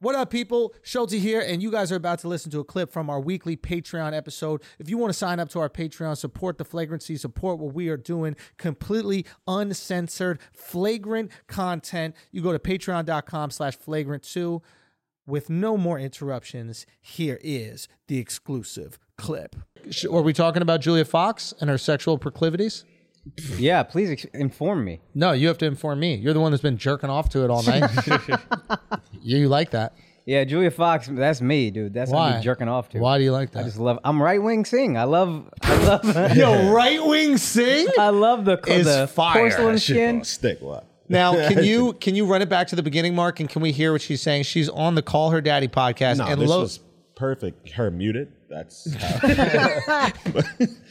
What up, people? Schulte here, and you guys are about to listen to a clip from our weekly Patreon episode. If you want to sign up to our Patreon, support the flagrancy, support what we are doing, completely uncensored, flagrant content, you go to patreon.com slash flagrant2. With no more interruptions, here is the exclusive clip. Are we talking about Julia Fox and her sexual proclivities? Yeah, please ex- inform me. No, you have to inform me. You're the one that's been jerking off to it all night. you like that. Yeah, Julia Fox, that's me, dude. That's what Why? I'm jerking off to. Why do you like that? I just love. I'm right wing sing. I love. I love. Yo, right wing sing? I love the, Is the fire. porcelain Shit skin. gonna stick. What? Now, can you can you run it back to the beginning, Mark, and can we hear what she's saying? She's on the Call Her Daddy podcast, No, and this Lo- was perfect. Her muted. That's how,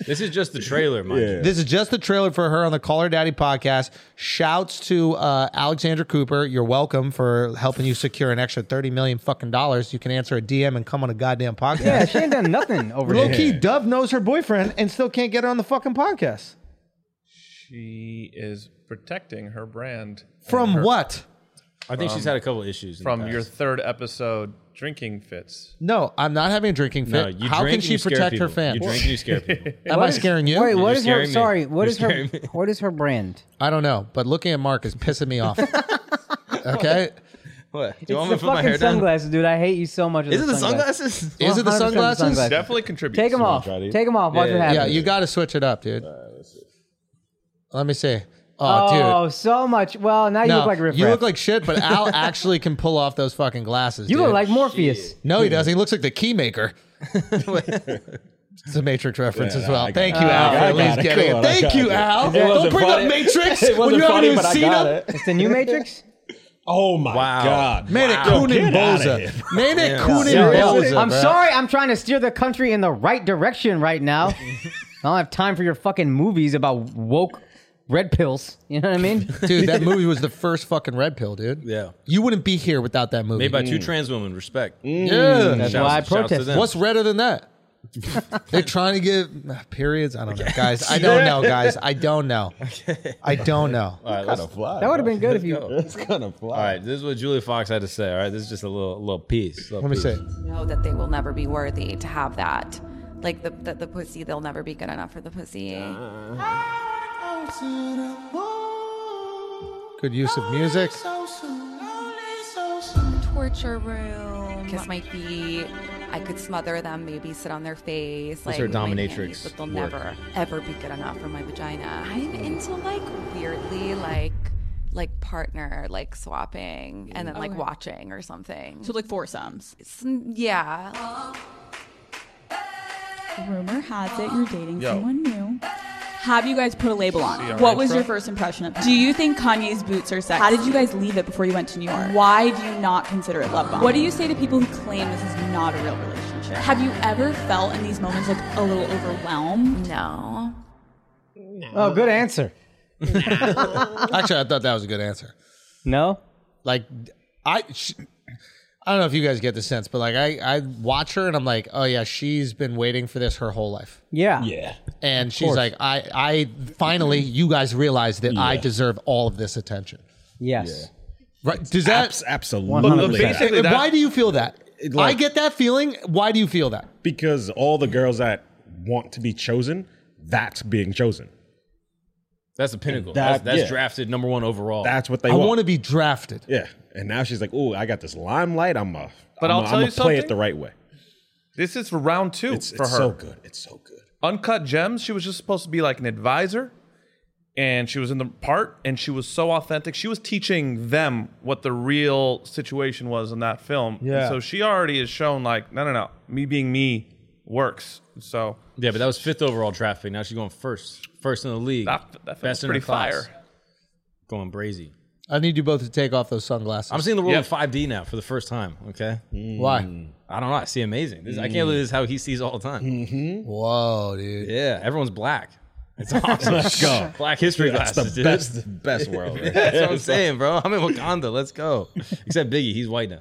This is just the trailer, mind you. this is just the trailer for her on the Call Her Daddy podcast. Shouts to uh, Alexandra Cooper. You're welcome for helping you secure an extra thirty million fucking dollars. You can answer a DM and come on a goddamn podcast. Yeah, she ain't done nothing over Low there. key, Dove knows her boyfriend and still can't get her on the fucking podcast. she is protecting her brand From what? I think she's had a couple issues in the from your past. third episode drinking fits. No, I'm not having a drinking fit. No, you How drink can and she you scare protect her people. You fans? drink and you scare people. Am I scaring you? Wait, what is her? scaring me. Sorry, what You're is her? scaring me. What is her brand? I don't know, but looking at Mark is pissing me off. okay, what? Do you it's want the me to put my hair fucking sunglasses, dude. I hate you so much. down? Is it the sunglasses? is it the 100% sunglasses? sunglasses. Definitely contributes. Take them off. try these? Take them off. Watch what happens. Yeah, you got to switch it up, dude. Let me see. Oh, Oh, dude. so much. Well, now you No, look like Riff you Raff. look like shit, but Al actually can pull off those fucking glasses. you dude. look like Morpheus. No, he doesn't. He looks like the key maker. it's a Matrix reference Yeah, as well. I got Thank it. you, Al. I for at got least it. getting Cool, it. I Thank got you, it. Al. It Don't wasn't bring funny. up Matrix It when wasn't you haven't funny, even but I seen got it. it. It's the new Matrix. Oh my Wow. god! Man it Yo, Kunin get outta here. Boza. Man it Yeah, Kunin well, Boza. I'm bro. sorry. I'm trying to steer the country in the right direction right now. I don't have time for your fucking movies about woke red pills. You know what I mean? Dude, that movie was the first fucking red pill, dude. Yeah. You wouldn't be here without that movie. Made by two Mm. trans women. Respect. yeah. That's Shouts- why I shouts to protest. them. What's redder than that? They're trying to give nah, periods. I don't know, guys. I don't know, guys. I don't know. I don't know. All right, Kind let's- of fly. That would have been good if you. It's kind of fly. all right, this is what Julia Fox had to say. All right, this is just a little little piece. little Let me piece. see. know that they will never be worthy to have that. Like the, the, the pussy, they'll never be good enough for the pussy. Good use of music. Torture room. Kiss my feet. I could smother them, maybe sit on their face. That's like her with my dominatrix panties, but they'll work. Mm. never, ever be good enough for my vagina. I'm into like weirdly like like partner like swapping and then like watching or something. So like foursomes. It's- yeah. Rumor has it you're dating someone new. Have you guys put a label on? it? What was your first impression of? Do you think Kanye's boots are sexy? How did you guys leave it before you went to New York? Why do you not consider it love bombing? What do you say to people who claim this is not a real relationship? Have you ever felt in these moments like a little overwhelmed? No. Oh, good answer. Actually, I thought that was a good answer. No. Like, I. Sh- I don't know if you guys get the sense, but like I, I watch her and I'm like, oh yeah, she's been waiting for this her whole life. Yeah. Yeah. And she's like, I, I finally, you guys realize that I deserve all of this attention. Yes. Right? Does that Abs- absolutely. Basically, And that- why do you feel that? I like- get that feeling. Why do you feel that? because all the girls that want to be chosen, that's being chosen. That's the pinnacle. That- that's that's yeah. drafted number one overall. That's what they I want. want to be drafted. Yeah. And now she's like, "Oh, I got this limelight. I'm a. But I'm I'll a, tell I'm you a play it something. the right way. This is for round two It's, for it's her. so good. It's so good. Uncut Gems, she was just supposed to be like an advisor. And she was in the part and she was so authentic. She was teaching them what the real situation was in that film. And Yeah. so she already has shown like, no, no, no. Me being me works. So yeah, but that was fifth overall draft pick. Now she's going first, first in the league, that, that film best was in her pretty class, fire. going brazy. I need you both to take off those sunglasses. I'm seeing the world Yeah. in 5D now for the first time. Okay, Mm. Why? I don't know. I see amazing. This, I can't believe this is how he sees all the time. Whoa, dude. Yeah, everyone's black. It's awesome. Let's go. Black history That's classes, the dude. best. The best world. right there. That's what I'm saying, bro. I'm in Wakanda. Let's go. Except Biggie, he's white now.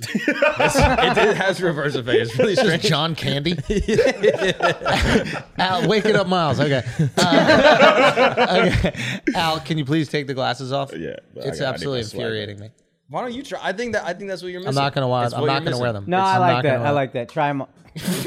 It's- it, it has reverse effect. It's really This is strange. John Candy. Al, wake it up, Miles. Okay. Uh, okay. Al, can you please take the glasses off? Yeah, I It's got- I need my absolutely swag. infuriating me. Why don't you try? I think that I think that's what you're missing. I'm not gonna want. It's what I'm not you're gonna wear missing. them. No, It's- I I'm like not gonna that. I wear like that. Try them.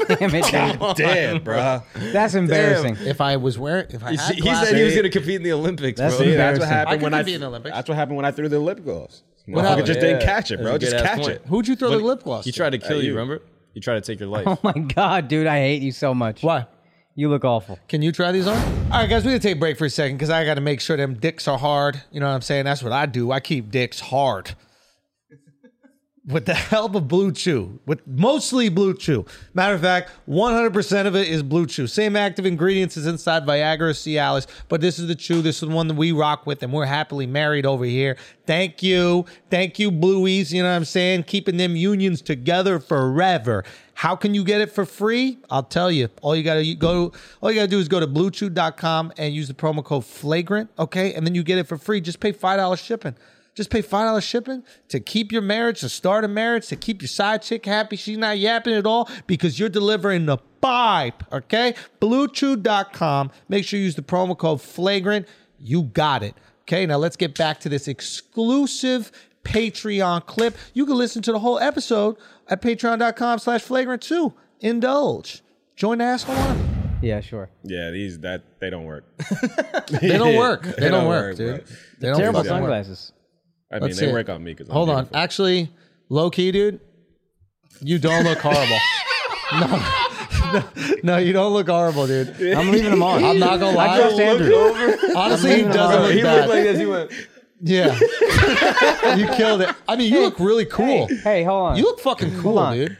Damn it, dude. Dead, bruh. That's embarrassing. them. If I was wearing, if I He had he said he was glasses- going to compete in the Olympics, That's bro. See, that's Embarrassing. what I happened could when I. compete in the Olympics. That's what happened when I threw the lip gloss. happened? Motherfucker just didn't catch it, bro. Just catch it. Who'd you throw the lip gloss? He to? tried to kill you. Remember? He tried to take your life. Oh my god, dude, I hate you so much. Why? You look awful. Can you try these on? All right, guys, we're gonna take a break for a second because I gotta make sure them dicks are hard. You know what I'm saying? That's what I do. I keep dicks hard. With the help of Blue Chew, with mostly Blue Chew. Matter of fact, 100% of it is Blue Chew. Same active ingredients as inside Viagra or Cialis, but this is the chew. This is the one that we rock with, and we're happily married over here. Thank you. Thank you, Blueies. You know what I'm saying? Keeping them unions together forever. How can you get it for free? I'll tell you. All you gotta you go. All you gotta do is go to bluechew.com and use the promo code flagrant. Okay, and then you get it for free. Just pay five dollars shipping. Just pay five dollars shipping to keep your marriage, to start a marriage, to keep your side chick happy. She's not yapping at all because you're delivering the vibe. Okay, bluechew.com. Make sure you use the promo code flagrant. You got it. Okay, now let's get back to this exclusive Patreon clip. You can listen to the whole episode at patreon.com slash flagrant two. Indulge. Join the asshole army. Yeah, sure. Yeah, these that they don't work. They don't work. They don't work, bro. dude. They don't Terrible fucking work. sunglasses. I mean, Let's they see it. work on me because Hold on. Actually, low key, dude, you don't look horrible. No, you don't look horrible, dude. I'm leaving them on. I'm not gonna lie. I trust Andrew. Honestly, he doesn't look he bad. looked like this. He went. Yeah. you killed it. I mean, you look really cool. Hey, hold on. You look fucking cool, on. dude.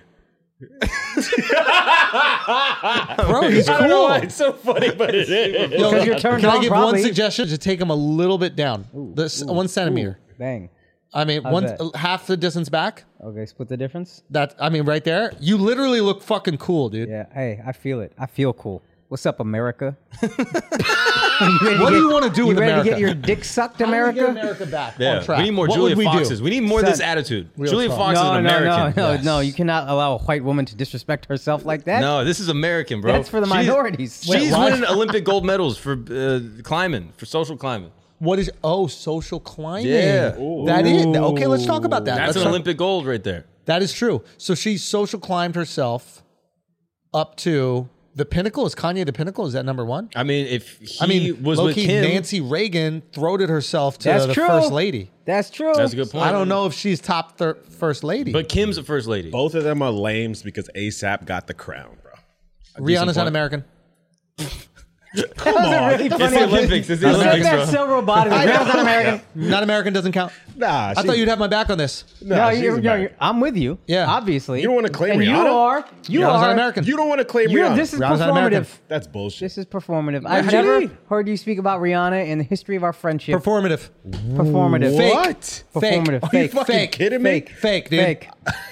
Bro, he's cool. It's so funny, but it is. Yo, Because you're turned can I on, give one probably. suggestion? Just take him a little bit down, this one centimeter. Bang. I mean, one that? half the distance back. Okay, split the difference. That I mean, right there. You literally look fucking cool, dude. Yeah. Hey, I feel it. I feel cool. What's up, America? What do you want to do You with ready America? to get your dick sucked, America? America back on Yeah. track. We need more What Julia would we do? Foxes. We need more of this Son. attitude. Julia talk. Fox is No, an no, no, American. no, no. You cannot allow a white woman to disrespect herself like that. No, this is American, bro. That's for the minorities. She's, Wait, she's why? winning Olympic gold medals for uh, climbing, for social climbing. What is oh social climbing? Yeah. that is okay. Let's talk about that. That's Let's an talk- Olympic gold right there. That is true. So she social climbed herself up to the pinnacle. Is Kanye the pinnacle? Is that number one? I mean, if he I mean, was with low-key Kim, Nancy Reagan throated herself to That's the true. first lady. That's true. that's a good point. I don't know if she's top thir- first lady. but Kim's the first lady. Both of them are lames because ASAP got the crown, bro. Rihanna's not point. American. That was a really It's funny. the Olympics. It's the You said Olympics, that bro. so robotic. That was not American. Not American doesn't count. Nah, I she- thought you'd have my back on this. Nah, No, she's you're, a you're, bad- you're- I'm with you. Yeah. obviously. You don't wanna claim and You Rihanna? are. You Rihanna's are not American. You don't want to claim You're, Rihanna. this is Rihanna's not American. performative. that's bullshit. This is performative. I've What do you never mean? heard you speak about Rihanna in the history of our friendship. Performative. performative. Fake. What? Fake. Performative. Fake. Are you fucking Fake. kidding me? Fake. Fake, dude. Fake.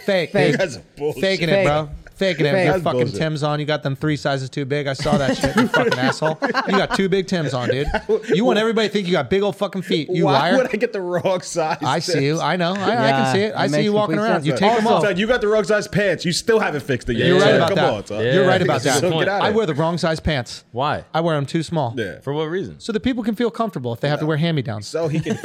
Fake. Fake. dude. That's bullshit. Faking it, bro. Faking it. Fake. You got That's fucking bullshit. Tim's on. You got them three sizes too big. I saw that shit. You fucking asshole. You got two big Tim's on, dude. You want everybody to think you got big old fucking feet. You Why liar. would I get the wrong size? I see you. I know. I, I Yeah, can see it. it I see makes you walking complete around. sense, You but- take them Also, off. Todd, you got the wrong size pants. You still haven't fixed it yet. You're right So about Come that. on, Todd. You're Yeah, right about that's that. a good So point. get out I of wear here. the wrong size pants. Why? I wear them too small. Yeah. For what reason? So that people can feel comfortable if they have to wear hand-me-downs. So he can.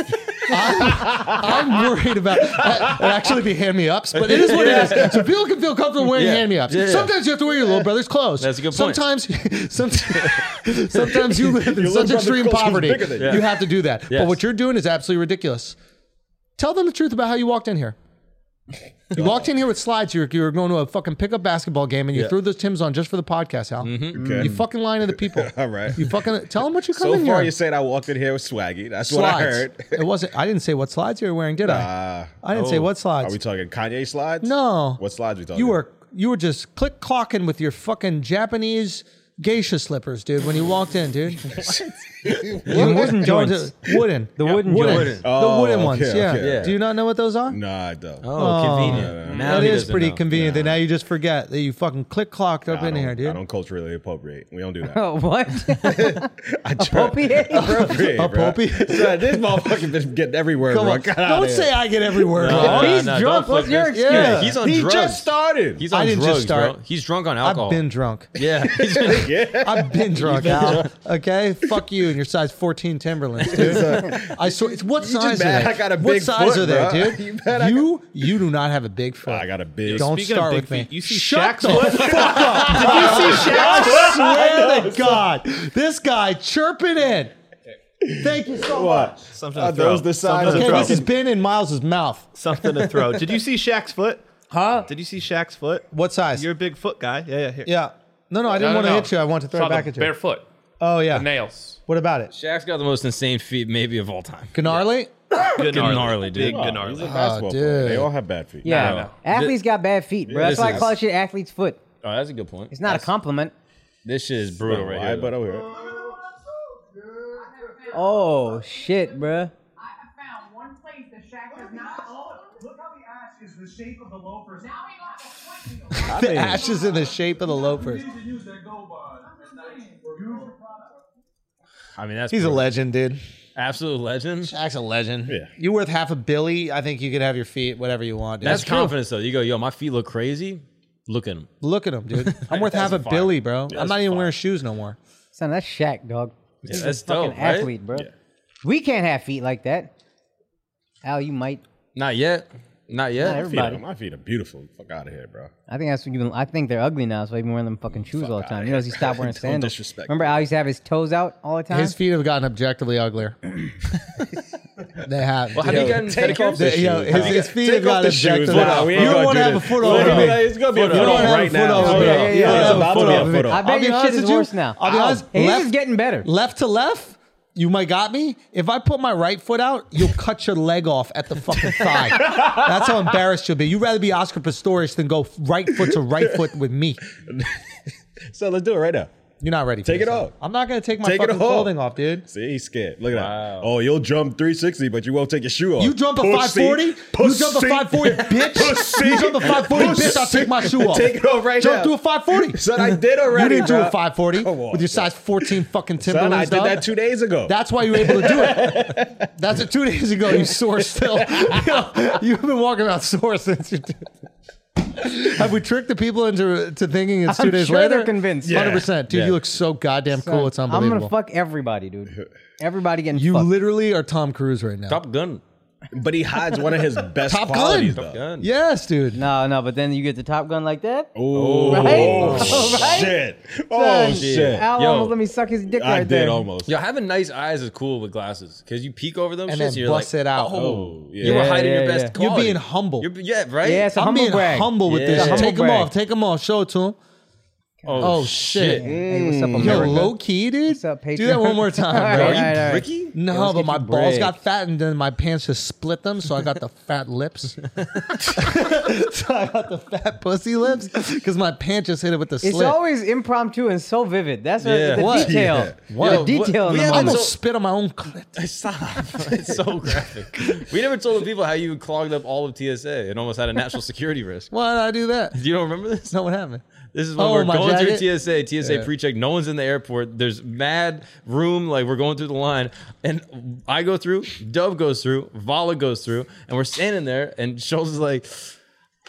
I'm worried about that. It'd actually be hand-me-ups, but it is what it is. So people can feel comfortable wearing Yeah. hand-me-ups. Yeah, yeah. Sometimes you have to wear your little brother's clothes. That's a good point. Sometimes, sometimes, sometimes you live in Your little such brother's extreme clothes is poverty, bigger than you. you have to do that. But Yes. what you're doing is absolutely ridiculous. Tell them the truth about how you walked in here. You walked in here with slides. You were, you were going to a fucking pickup basketball game, and you Yeah. Mm-hmm. threw those Tims on just for the podcast, Al. Okay. You fucking lying to the people. All right. You fucking tell them what you come Mm. So in far, here. you said I walked in here with swaggy. That's what I slides. heard. Oh, it wasn't. I didn't say what slides you were wearing, did I? I didn't say what Are slides. we talking Kanye slides? No. What slides we talking? you were you were just click clocking with your fucking Japanese geisha slippers, dude. When you walked in, dude. The wooden Going joints. to- wooden. The wooden Wooden. joints. Oh, the wooden okay, ones. okay. Yeah. Yeah. Do you not know what those are? Nah, I don't. Oh, convenient. Now That he is doesn't pretty know. convenient. That now you just forget that you fucking click clocked up I in don't- here, dude. I don't culturally appropriate. We don't do that. Oh, what? I try- Appropriate? Bro. Appropriate, bro. Appropriate? Son, this motherfucker been getting everywhere Come wrong. on. Get outta Don't here. say I get every word No, wrong. no, He's no, drunk. don't flip What's your this. excuse? Yeah, he's on He drugs. just started. He's on I didn't drugs, just start. bro. He's drunk on alcohol. I've been drunk. Yeah. He's been- I've been drunk, Al. Okay, fuck you and your size 14 Timberlands, dude. I swear, it's what size are mad they? I got a what big size foot, are they, bro. dude? You You bet I you, do not have a big foot. I got a big. Don't Speaking of start big with me. feet, you see Shut Shaq's the foot? fuck up. Did you see Shaq's foot? I swear to God, this guy chirping in. Thank you so much. What? Something to Are throw. those the Something size to Okay, throw. this has been in Miles' mouth. Something to throw. Did you see Shaq's foot? Huh? Did you see Shaq's foot? What size? You're a big foot guy. Yeah, yeah. Here. yeah. No, no, I didn't want to hit you. I want to throw it back at you. Barefoot, oh yeah. nails. What about it? Shaq's got the most insane feet maybe of all time. Gnarly? Good Gnarly, dude. Big good Oh, gnarly. He's a basketball player. dude. They all have bad feet. Yeah, no. athletes got bad feet, bro. That's This why I is- call it shit athlete's foot. Oh, that's a good point. It's not a compliment. This shit is I don't brutal know right why, here. but though. over here. Oh shit, bro. I have found one place that Shaq does not own. Look how the ash is the shape of the loafers. Now we got the point. The ashes in the shape of the loafers. to use that go bar. I mean, that's He's a brutal. legend, dude. absolute legend. Shaq's a legend. Yeah. You're worth half a billy. I think you could have your feet whatever you want. Dude. That's, confidence though. You go, yo, my feet look crazy. Look at them. Look at him, dude. I'm worth half That's a fire. billy, bro. I'm that's not even fire. wearing shoes no more. Son, that's Shaq, dog. Yeah, that's Fucking dope, right? athlete, bro. We can't have feet like that. Al, you might. Not yet. Not Not yet. every- Feet are- Everybody. my feet are beautiful. Fuck out of here, bro. I think that's what you've been. I think they're ugly now, so I've been wearing them fucking shoes all the time. You know, he stopped wearing Don't sandals. disrespect Remember, me. Al used to have his toes out all the time. His feet have gotten objectively uglier. they have. Well, have you gotten take pedicures? off the They- yo, shoes, his, bro. his feet Take have off gotten the shoes, objectively bro. uglier. We You ain't don't gonna want to do have a this. foot Look over at me. that. It's gonna be a You foot don't off have right a foot now. over Oh, me. yeah, yeah, You yeah. don't It's have a about to foot be a over me. foot off. I I'll bet be your shit honest is with you. worse now. I'll be Al, honest. His Left- is getting better. Left to left, you might got me. If I put my right foot out, you'll cut your leg off at the fucking thigh. That's how embarrassed you'll be. You'd rather be Oscar Pistorius than go right foot to right foot with me. So let's do it right now. You're not ready. For Take this, it though. off. I'm not gonna take my Take it fucking off. clothing off, dude. See, he's scared. Look at that. Oh, you'll jump 360, but you won't take your shoe off. You jump a Pussy. 540? You jump a Pussy. 540, bitch. Pussy. You jump a 540, bitch. I'll take my shoe off. Take it off right jump now. Jump to a 540. Son, I did already, You didn't do bro. a 540 Come on, with your bro. size 14 fucking Son, I Timberlands. did dog. that two days ago. That's why you were able to do it. That's it. Two days ago, you sore still. Yo, You've been walking around sore since you did. Have we tricked the people into to thinking it's 2 I'm days sure later? they're convinced. Hundred percent, dude. Yeah. You look so goddamn cool. It's I'm unbelievable. gonna fuck everybody, dude. Everybody getting you fucked. literally are Tom Cruise right now. Top Gun. but he hides one of his best Top Gun. qualities, Top though. Gun. yes, dude. no, no, but then you get the Top Gun like that. Oh, Right? Right? shit. Oh, Son, shit. Al Yo. almost let me suck his dick I right did there. almost. Yo, having nice eyes is cool with glasses because you peek over them And shits then and you're bust like, it out. Oh, yeah. you were Yeah, hiding yeah, your best. yeah. You're quality. being humble. You're, yeah, right. Yeah, it's a I'm humble being brag. humble with Yeah. this. shit. Humble Take them brag. off. Take them off. Show it to him. oh, oh, shit. shit. Hey, what's up, Yo, America? low key, dude. What's up, Do that Patreon? one more time, bro. All right, Are all right, you all right. Ricky? Yeah, No, let's but get my you balls break. got fat, and then my pants just split them, so I got the fat lips. so I got the fat pussy lips because my pants just hit it with the It's slit. always impromptu and so vivid. That's what- Yeah. the What? detail. Yeah. What? The Yo, detail what- in we the haven't I moment. almost So- spit on my own clit. Stop. It's so graphic. We never told the people how you clogged up all of TSA and almost had a national security risk. Why did I do that? Do you don't remember this? No, what happened? This is when Oh, we're my going jacket? through TSA, TSA pre-check. No one's in the airport. There's mad room. Like we're going through the line, and I go through, Dove goes through, Vala goes through, and we're standing there, and Schultz is like,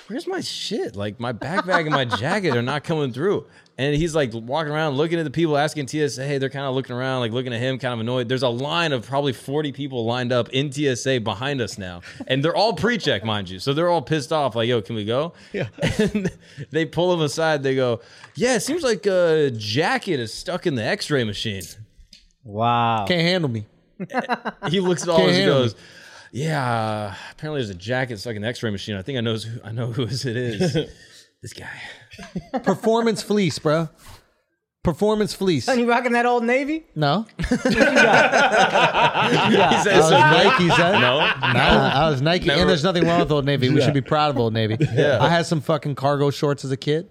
"Where's my shit? Like my backpack and my jacket are not coming through." And he's like walking around, looking at the people, asking TSA. Hey, they're kind of looking around, like looking at him, kind of annoyed. There's a line of probably 40 people lined up in TSA behind us now, and they're all pre-check, mind you. So they're all pissed off, like, "Yo, can we go?" Yeah. And they pull him aside. They go, "Yeah, it seems like a jacket is stuck in the X-ray machine." wow. Can't handle me. He looks at all of us and Damn. goes, "Yeah, apparently there's a jacket stuck in the X-ray machine. I think I knows who I know who it is. this guy." Performance fleece, bro. Performance fleece. Son, you rocking that old Navy? No, He I says, was Nike. Son. "No, Nah, I was Nike, Never- and there's nothing wrong with Old Navy. We should be proud of Old Navy. I had some fucking cargo shorts as a kid.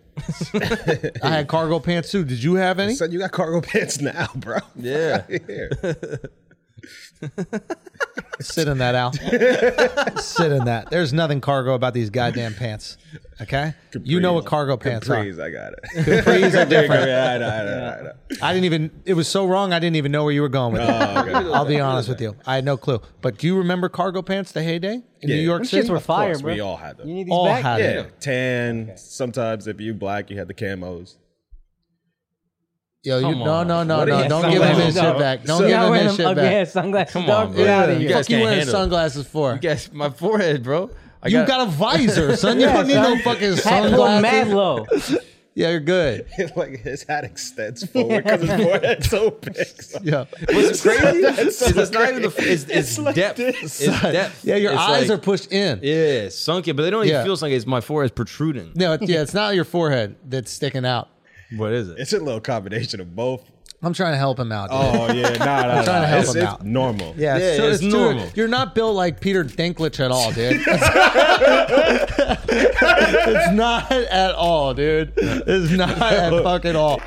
I had cargo pants too. Did you have any? Son, you got cargo pants now, bro. yeah." Here. Sit in that, Al. Sit in that. There's nothing cargo about these goddamn pants. Okay, you know what cargo pants Capris, I got it. are. Capris are different. Yeah, I know, I know, I know. I didn't even. It was so wrong. I didn't even know where you were going with it. Oh, I'll be honest with you. I had no clue. But do you remember cargo pants? The heyday in Yeah. New York Them City. Shits were fire, course, bro. we all had them. You need these All back? had Yeah, tan. Sometimes if you black, you had the camos. Yo, you, Come no, on. no, no, What are no. you- Don't give him his No. shit back. Don't So- give Yeah, him wearing his them shit ugly back. ass sunglasses. Come dog. on, Get bro. out of here. You guys Fuck you can't wearing handle it. sunglasses for? You guys, my forehead, bro. I You got a visor, son. You Yeah, don't need no son. fucking Hat pulled mad sunglasses. low. Yeah, you're good. like his hat extends forward because his forehead's so big. Yeah. What's crazy is it's not even the it's, it's, depth. It's depth. Yeah, your It's eyes like- are pushed in. Yeah. yeah sunken, but they don't even Yeah. feel sunken. It's my forehead protruding. No, it- yeah, it's not your forehead that's sticking out. What is it? It's a little combination of both. I'm trying to help him out. Dude. Oh yeah, nah, nah, trying to nah. help it's, him it's out. normal. Yeah, Yeah, so it's it's, true. normal. You're not built like Peter Dinklage at all, dude. it's not at all, dude. It's not at fucking all.